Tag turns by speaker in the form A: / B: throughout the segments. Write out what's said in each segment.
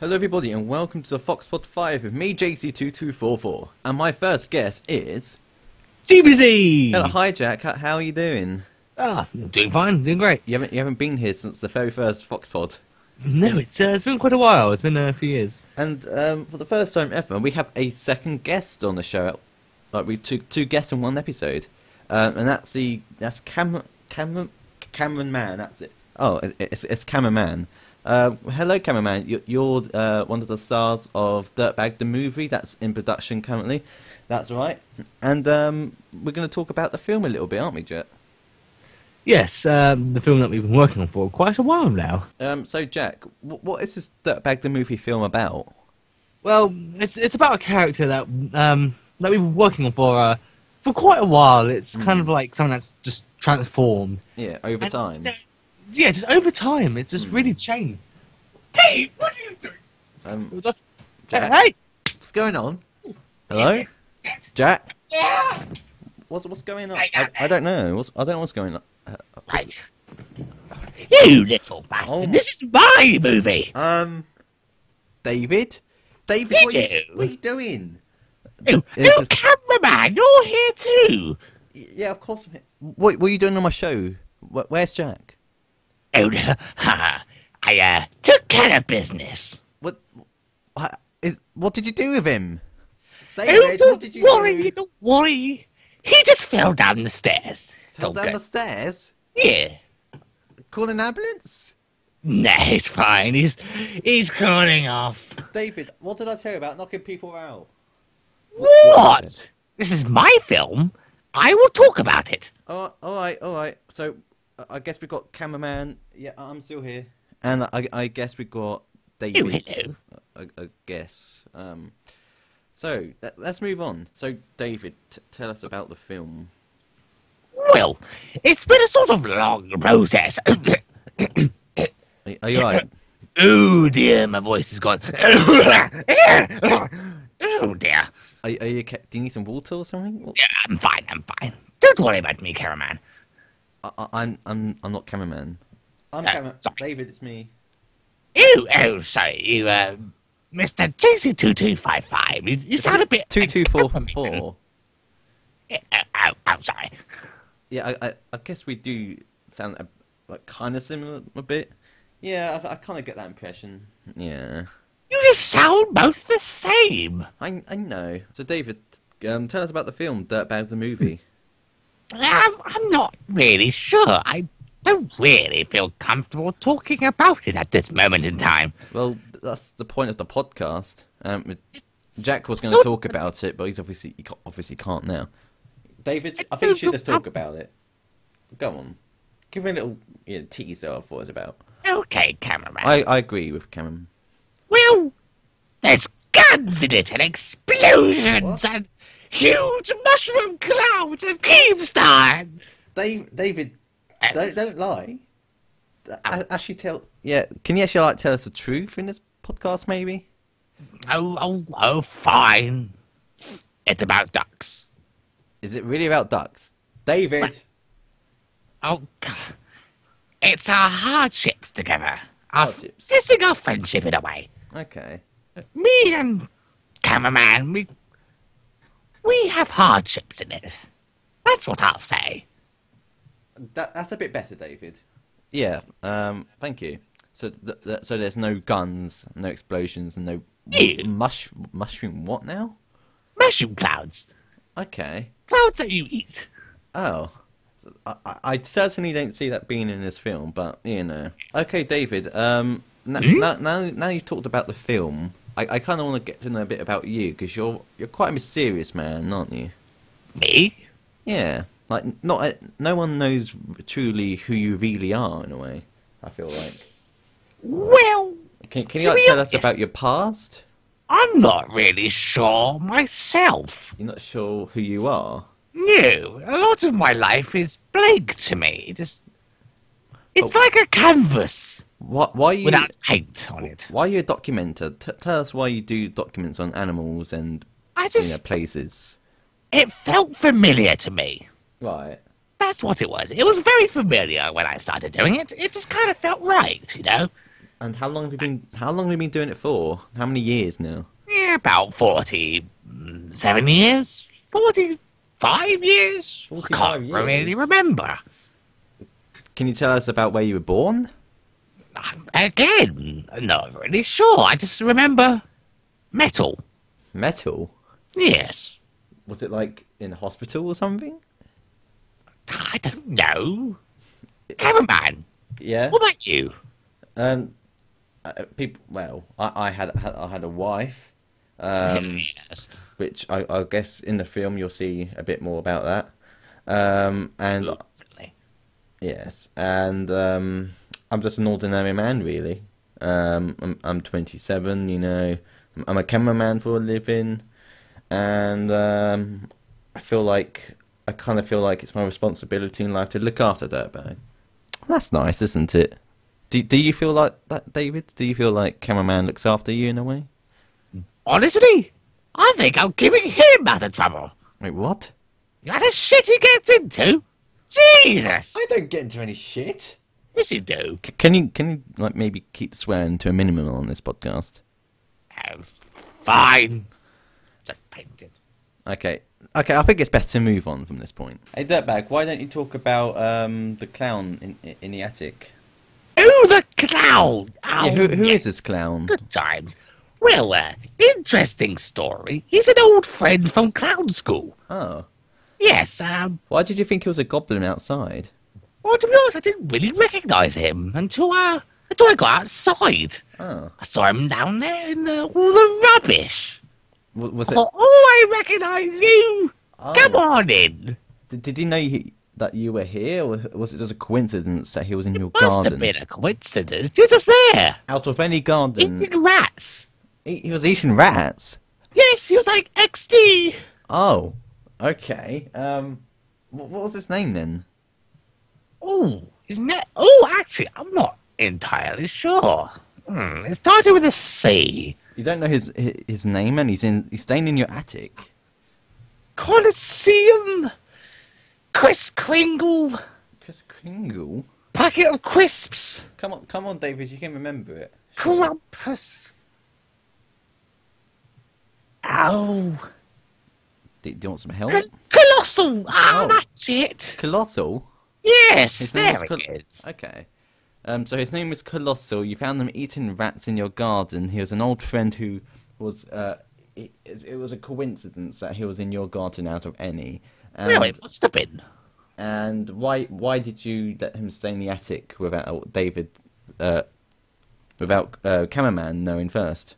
A: Hello, everybody, and welcome to the Foxpot 5 with me, JC2244. And my first guest is.
B: GBZ!
A: Hello, hi, Jack. How, how are you doing?
B: Ah, I'm doing fine, doing great.
A: You haven't, you haven't been here since the very first Foxpod.
B: No, it's, uh, it's been quite a while. It's been uh, a few years.
A: And um, for the first time ever, we have a second guest on the show. Like, we two, two guests in one episode. Um, and that's the. That's Cameron. Cameron. Cameron Man. That's it. Oh, it- it's, it's Cameron Man. Uh, hello, cameraman. You- You're uh, one of the stars of Dirtbag the movie that's in production currently. That's right. And um, we're going to talk about the film a little bit, aren't we, Jet?
B: Yes, um, the film that we've been working on for quite a while now.
A: Um, so, Jack, w- what is this Dirtbag the movie film about?
B: Well, it's, it's about a character that um, that we've been working on for uh, for quite a while. It's
C: Hmm.
B: kind of like someone that's just transformed.
A: Yeah, over
B: And,
A: time.
B: uh, yeah, just over time. It's just really
C: Hmm.
B: changed. Hey, what are you doing?
A: Um,
B: What the-
A: Jack.
B: Hey!
A: what's going on? Hello, Jack.
B: Yeah!
A: What's what's going on? Ah! I, I don't know. What's, I don't know what's going on.
B: Right. You little bastard.
A: Oh my-
B: This is my movie.
A: Um, David, David, what are you,
B: Hello.
A: what are you doing?
B: Oh,
A: Is
B: oh
A: it-
B: cameraman, you're here too.
A: Yeah, of course. I'm here. What, what are you doing on my show? Wh- Where's Jack?
C: Oh, no. Ha. I uh, took care of business.
A: What? wha- Is, what did you do with him?
C: Oh,
A: David, what
C: don't
A: did you
C: worry,
A: do?
C: don't worry. He just fell down the stairs.
A: Fell
C: Don't
A: down
C: go-
A: the stairs.
C: Yeah.
A: Call an ambulance.
C: Nah, he's fine. He's he's crawling off.
A: David, what did I tell you about knocking people out?
C: What? This is my film. I will talk about it.
A: Oh, all right, all right. So, I- I guess we got cameraman. Yeah, I- I'm still here. And I, I guess we got David.
C: hello.
A: I, I guess. Um, so let, let's move on. So, David, t- tell us about the film.
C: Well, it's been a sort of long process.
A: Are, are you all right?
C: oh dear, my voice is gone. oh dear.
A: Are, are you? ca- Do you need some water or something? What-
C: Yeah, I'm fine, I'm fine. Don't worry about me, cameraman.
A: I, I- I'm I'm I'm not cameraman. I'm
C: Uh,
A: camera.
C: sorry.
A: David, it's me.
C: Oh, oh, sorry, you, uh, Mr. JC2255, you, you sound a bit...
A: Two two four
C: like-
A: four.
C: Oh, oh, oh, sorry.
A: Yeah, I, I I guess we do sound a, like kind of similar a bit. Yeah, I, I kind of get that impression. Yeah,
C: You just sound both the same.
A: I I know. So David, um, tell us about the film Dirtbag the movie.
C: I'm, I'm not really sure. I don't really feel comfortable talking about it at this moment in time.
A: well, that's the point of the podcast. Um, Jack was going to talk about it, but he's obviously he ca- obviously can't now. David, I think you should just talk about it. Go on, give me a little yeah, teaser of what it's about.
C: Okay, cameraman.
A: I, I agree with Cameron.
C: Well, there's guns in it and explosions and huge mushroom clouds and Keemstar.
A: Dave, David,
C: Uh,
A: don't don't lie. A-
C: Um,
A: actually, tell yeah. Can you actually like tell us the truth in this podcast? Maybe.
C: Oh, oh, oh, fine. It's about ducks.
A: Is it really about ducks, David?
C: Oh, God. It's our hardships together. Our
A: Hardships.
C: testing our friendship in a way.
A: Okay.
C: Me and cameraman, we we have hardships in it. That's what I'll say.
A: That that's a bit better, David. Yeah. Um. Thank you. So th- th- so there's no guns, no explosions, and no
C: Yeah.
A: mush mushroom. What now?
C: Mushroom clouds,
A: Okay.
C: clouds that you eat.
A: Oh. I, I- I certainly don't see that being in this film, but you know. Okay, David. Um, now now, now, now you've talked about the film. I, I kind of want to get to know a bit about you because you're you're quite a mysterious man, aren't you?
C: Me?
A: Yeah. Like not eh, no one knows truly who you really are in a way. I feel like.
C: Well,
A: Can, can you
C: To
A: like,
C: be
A: tell us
C: honest-
A: about your past?
C: I'm not really sure myself.
A: You're not sure who you are.
C: No, a lot of my life is blank to me. Just, it's
A: Oh.
C: like a canvas
A: Why why are you
C: without paint on it.
A: why are you a documenter? T- tell us why you do documents on animals and
C: I
A: you know
C: just,
A: places.
C: it felt familiar to me.
A: Right.
C: That's what it was. It was very familiar when I started doing it. It just kind of felt right, you know.
A: And how long have you been? How long have you been doing it for? How many years now?
C: Yeah, about 47 years? 45 years?
A: 45
C: I can't
A: years.
C: really remember.
A: Can you tell us about where you were born?
C: Again, not really sure. I just remember metal.
A: Metal?
C: Yes.
A: Was it like in a hospital or something?
C: I don't know. Cameraman,
A: Yeah.
C: what about you?
A: Um, uh, people. Well, I, I had, had I had a wife,
C: Hmm.
A: um,
C: yes.
A: which I, I guess in the film you'll see a bit more about that. Um, and
C: Lovely.
A: yes, and um, I'm just an ordinary man, really. Um, I'm I'm 27. You know, I'm- I'm a cameraman for a living, and um, I feel like I kind of feel like it's my responsibility in life to look after that bag. That's nice, isn't it? Do Do you feel like that, David? Do you feel like cameraman looks after you in a way?
C: Honestly, I think I'm giving him out of trouble.
A: Wait, what?
C: You know the shit he gets into? Jesus!
A: don't get into any shit.
C: Yes, you do.
A: C- can you Can you like maybe keep swearing to a minimum on this podcast?
C: Oh, fine. Just painted.
A: Okay. Okay, I think it's best to move on from this point. Hey, Dirtbag, why don't you talk about um, the clown in, in the attic?
C: Oh, the clown! Oh,
A: Yeah, who- who is
C: yes.
A: this clown?
C: Good times. Well, uh, interesting story. He's an old friend from clown school.
A: Oh.
C: Yes, um,
A: Why did you think it was a goblin outside?
C: well, to be honest, I didn't really recognize him until, uh, until I got outside.
A: Oh.
C: I saw him down there in the, all the rubbish.
A: W- was
C: I
A: it...
C: thought, oh, I recognize you!
A: Oh.
C: Come on in!
A: Did, did he know you, that you were here, or was it just a coincidence that he was in your
C: Must
A: garden?
C: have been a coincidence. You're just there,
A: Out of any garden,
C: eating rats.
A: he, he was eating rats.
C: Yes, he was like, XD!
A: Oh, okay. Um, what, what was his name then?
C: Oh, isn't that? Oh, actually, I'm not entirely sure. Hmm, it started with a C.
A: You don't know his his, his name, and he's in he's staying in your attic.
C: Colosseum, Chris Kringle,
A: Chris Kringle.
C: packet of crisps,
A: Come on, come on, David. You can remember it.
C: Krampus. Ow.
A: Do, do you want some help?
C: Col- Colossal! Ah,
A: Oh.
C: that's it!
A: Colossal.
C: Yes, there
A: was
C: it
A: Col-
C: is.
A: Okay. Um, so his name was Colossal. You found him eating rats in your garden. He was an old friend who was. Uh, it, it was a coincidence that he was in your garden out of any. And,
C: Well, it must have been.
A: and why why did you let him stay in the attic without David, uh, without uh, cameraman knowing first?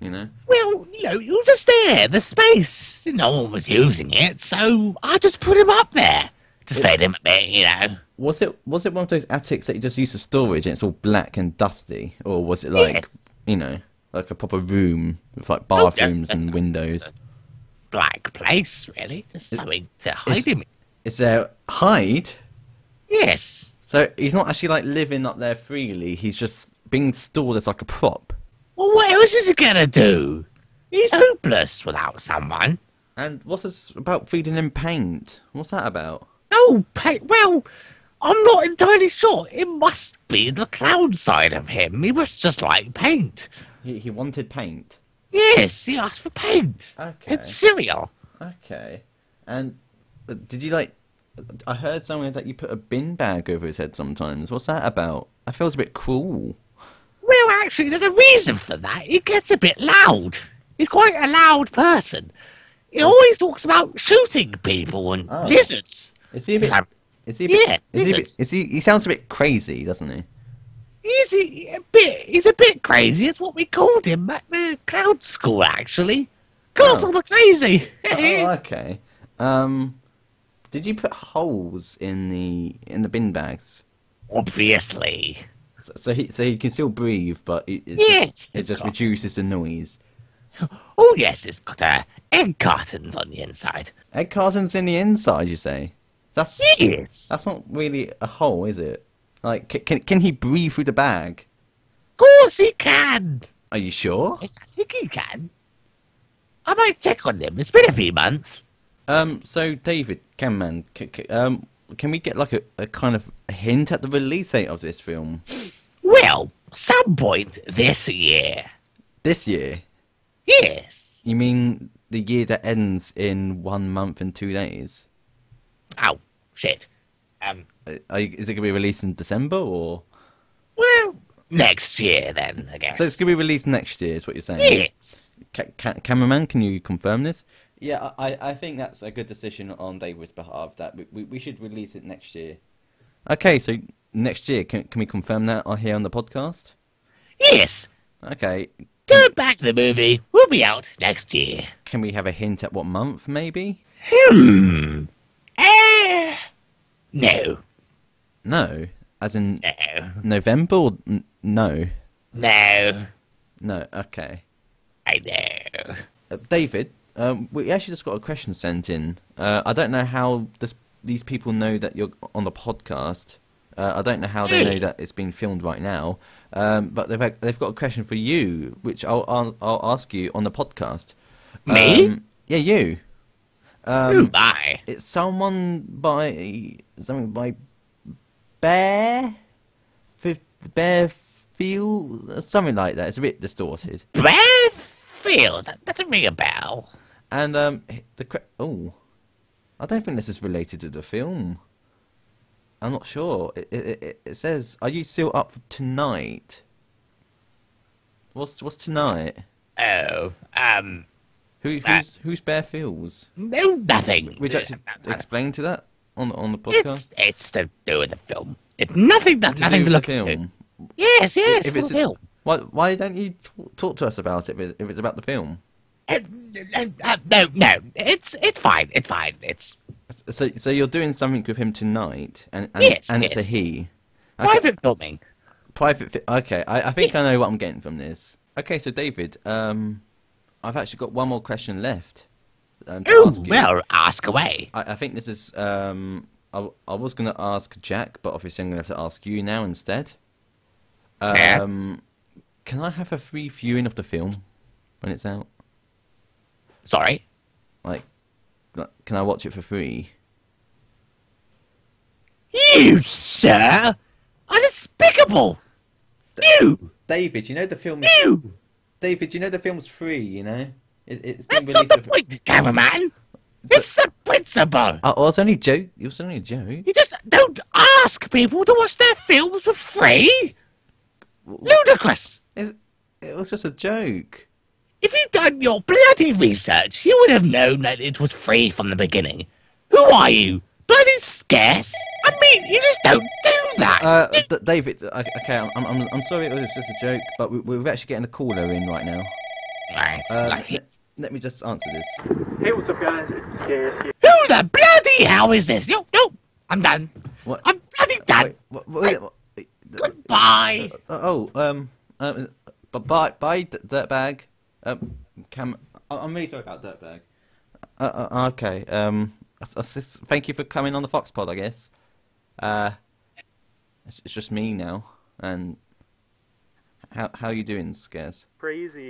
A: You know.
C: Well, you know, it was just there, the space. No one was using it, so I just put him up there. Just fed him a bit, you know.
A: Was it was it one of those attics that you just use for storage and it's all black and dusty, or was it like
C: Yes. Oh,
A: you know like a proper room with like
C: yeah,
A: bathrooms
C: that's
A: and
C: a-
A: windows?
C: black place, really. There's something to hide
A: it's-
C: him in.
A: Is there hide?
C: Yes.
A: So he's not actually like living up there freely. He's just being stored as like a prop.
C: Well, what else is he gonna do? He's hopeless without someone.
A: And what's this about feeding him paint? What's that about?
C: Oh, pa- well, I'm not entirely sure. It must be the clown side of him. He must just like paint.
A: He he wanted paint.
C: Yes, he asked for paint.
A: Okay.
C: It's cereal.
A: Okay. And uh, did you like? I heard somewhere that you put a bin bag over his head sometimes. What's that about? That feels a bit cruel.
C: Well, actually, there's a reason for that. He gets a bit loud. He's quite a loud person. He always talks about shooting people and
A: Oh.
C: lizards.
A: Is he a bit?
C: Sometimes-
A: Is he? A bit,
C: Yes,
A: is he? A bit,
C: lizards.
A: is he? He sounds a bit crazy, doesn't he?
C: He's a, a bit. He's a bit crazy. It's what we called him at the cloud school, actually. Cause
A: Oh.
C: all the crazy.
A: oh, okay. Um, did you put holes in the in the bin bags?
C: Obviously.
A: So, so he so he can still breathe, but it, it
C: Yes.
A: just, it just reduces the noise.
C: Oh yes, it's got uh, egg cartons on the inside.
A: Egg cartons in the inside, you say? That's
C: Yes.
A: that's not really a hole, is it? Like, c- can can he breathe through the bag?
C: Of course he can.
A: Are you sure?
C: Yes, I think he can. I might check on him. It's been a few months.
A: Um, so David, cameraman, c- c- um, can we get like a, a kind of hint at the release date of this film?
C: Well, Some point this year.
A: This year?
C: Yes.
A: You mean the year that ends in one month and two days?
C: Oh, shit. Um,
A: Uh, Are you, is it going to be released in December or?
C: well, next year then, I guess.
A: So it's going to be released next year, is what you're saying?
C: Yes.
A: Ca- ca- cameraman, can you confirm this? Yeah, I, I think that's a good decision on David's behalf. That we, we, we should release it next year. Okay, so next year, can can we confirm that on here on the podcast?
C: Yes.
A: Okay,
C: Go back to the movie. We'll be out next year.
A: can we have a hint at what month, maybe?
C: Hmm. Eh. No.
A: No, as in
C: No.
A: November. Or n- no,
C: No.
A: no. Okay,
C: I know.
A: uh, David, um, we actually just got a question sent in. Uh, I don't know how this, these people know that you're on the podcast. Uh, I don't know how they know
C: Hey.
A: that it's being filmed right now. Um, but they've they've got a question for you, which I'll I'll, I'll ask you on the podcast.
C: Me?
A: Um, yeah, you. Um,
C: Who my?
A: It's someone by something by Bear, Fif- Bear Field, something like that. It's a bit distorted.
C: Bradfield. That doesn't ring a bell.
A: And um, the cre- oh, I don't think this is related to the film. I'm not sure. It, it, it, it says, "Are you still up for tonight?" What's what's tonight?
C: Oh. Um.
A: Who
C: Ah.
A: who's who's Bear Fields?
C: No, nothing.
A: Would you actually explain to that on on the podcast?
C: It's it's to do with the film. It, nothing.
A: To
C: nothing
A: do
C: to
A: with
C: look
A: the
C: into.
A: film?
C: Yes, yes,
A: If
C: for
A: it's
C: the
A: a-
C: film.
A: Why why don't you t- talk to us about it if it's about the film?
C: Uh, uh, uh, no, no, it's it's fine. It's fine. It's
A: So so you're doing something with him tonight, and and,
C: Yes,
A: and it's
C: yes.
A: a he. Okay.
C: private filming.
A: Private. Fi- okay, I, I think
C: Yes.
A: I know what I'm getting from this. Okay, so David, um, I've actually got one more question left. Um, to
C: Oh
A: ask you.
C: well, ask away.
A: I, I think this is. Um, I, w- I was going to ask Jack, but obviously I'm going to have to ask you now instead. Um,
C: Yes.
A: Can I have a free viewing of the film when it's out?
C: Sorry.
A: Like, like, can I watch it for free?
C: You sir are despicable. You,
A: David, you know the film.
C: you.
A: David, you know the film's free. You know, it, it's been
C: That's not the point, cameraman. It's the principle.
A: I was Oh, only joke. It was only a joke.
C: You just don't ask people to watch their films for free. Ludicrous.
A: It, it was just a joke.
C: If you'd done your bloody research, you would have known that it was free from the beginning. Who are you? Bloody scarce? I mean, you just don't do that.
A: Uh, D- David, o- okay, I'm, I'm, I'm sorry it was just a joke, but we, we're actually getting a caller in right now.
C: right,
A: Uh,
C: like
A: let,
C: it.
A: let me just answer this.
D: Hey, what's up, guys? It's Scarce here.
C: Who the bloody hell is this? Nope, nope. I'm done.
A: What? uh,
C: I'm bloody done.
A: Wait, what, what, what-
C: Goodbye.
A: oh, um, um, bu- bye, bye, d- dirtbag. Um, cam, I- I'm really sorry about dirtbag. Uh, uh, okay, um, that's- that's just- thank you for coming on the Fox Pod, I guess. Uh, it's, it's just me now, and how how you doing, Scares?
D: Crazy.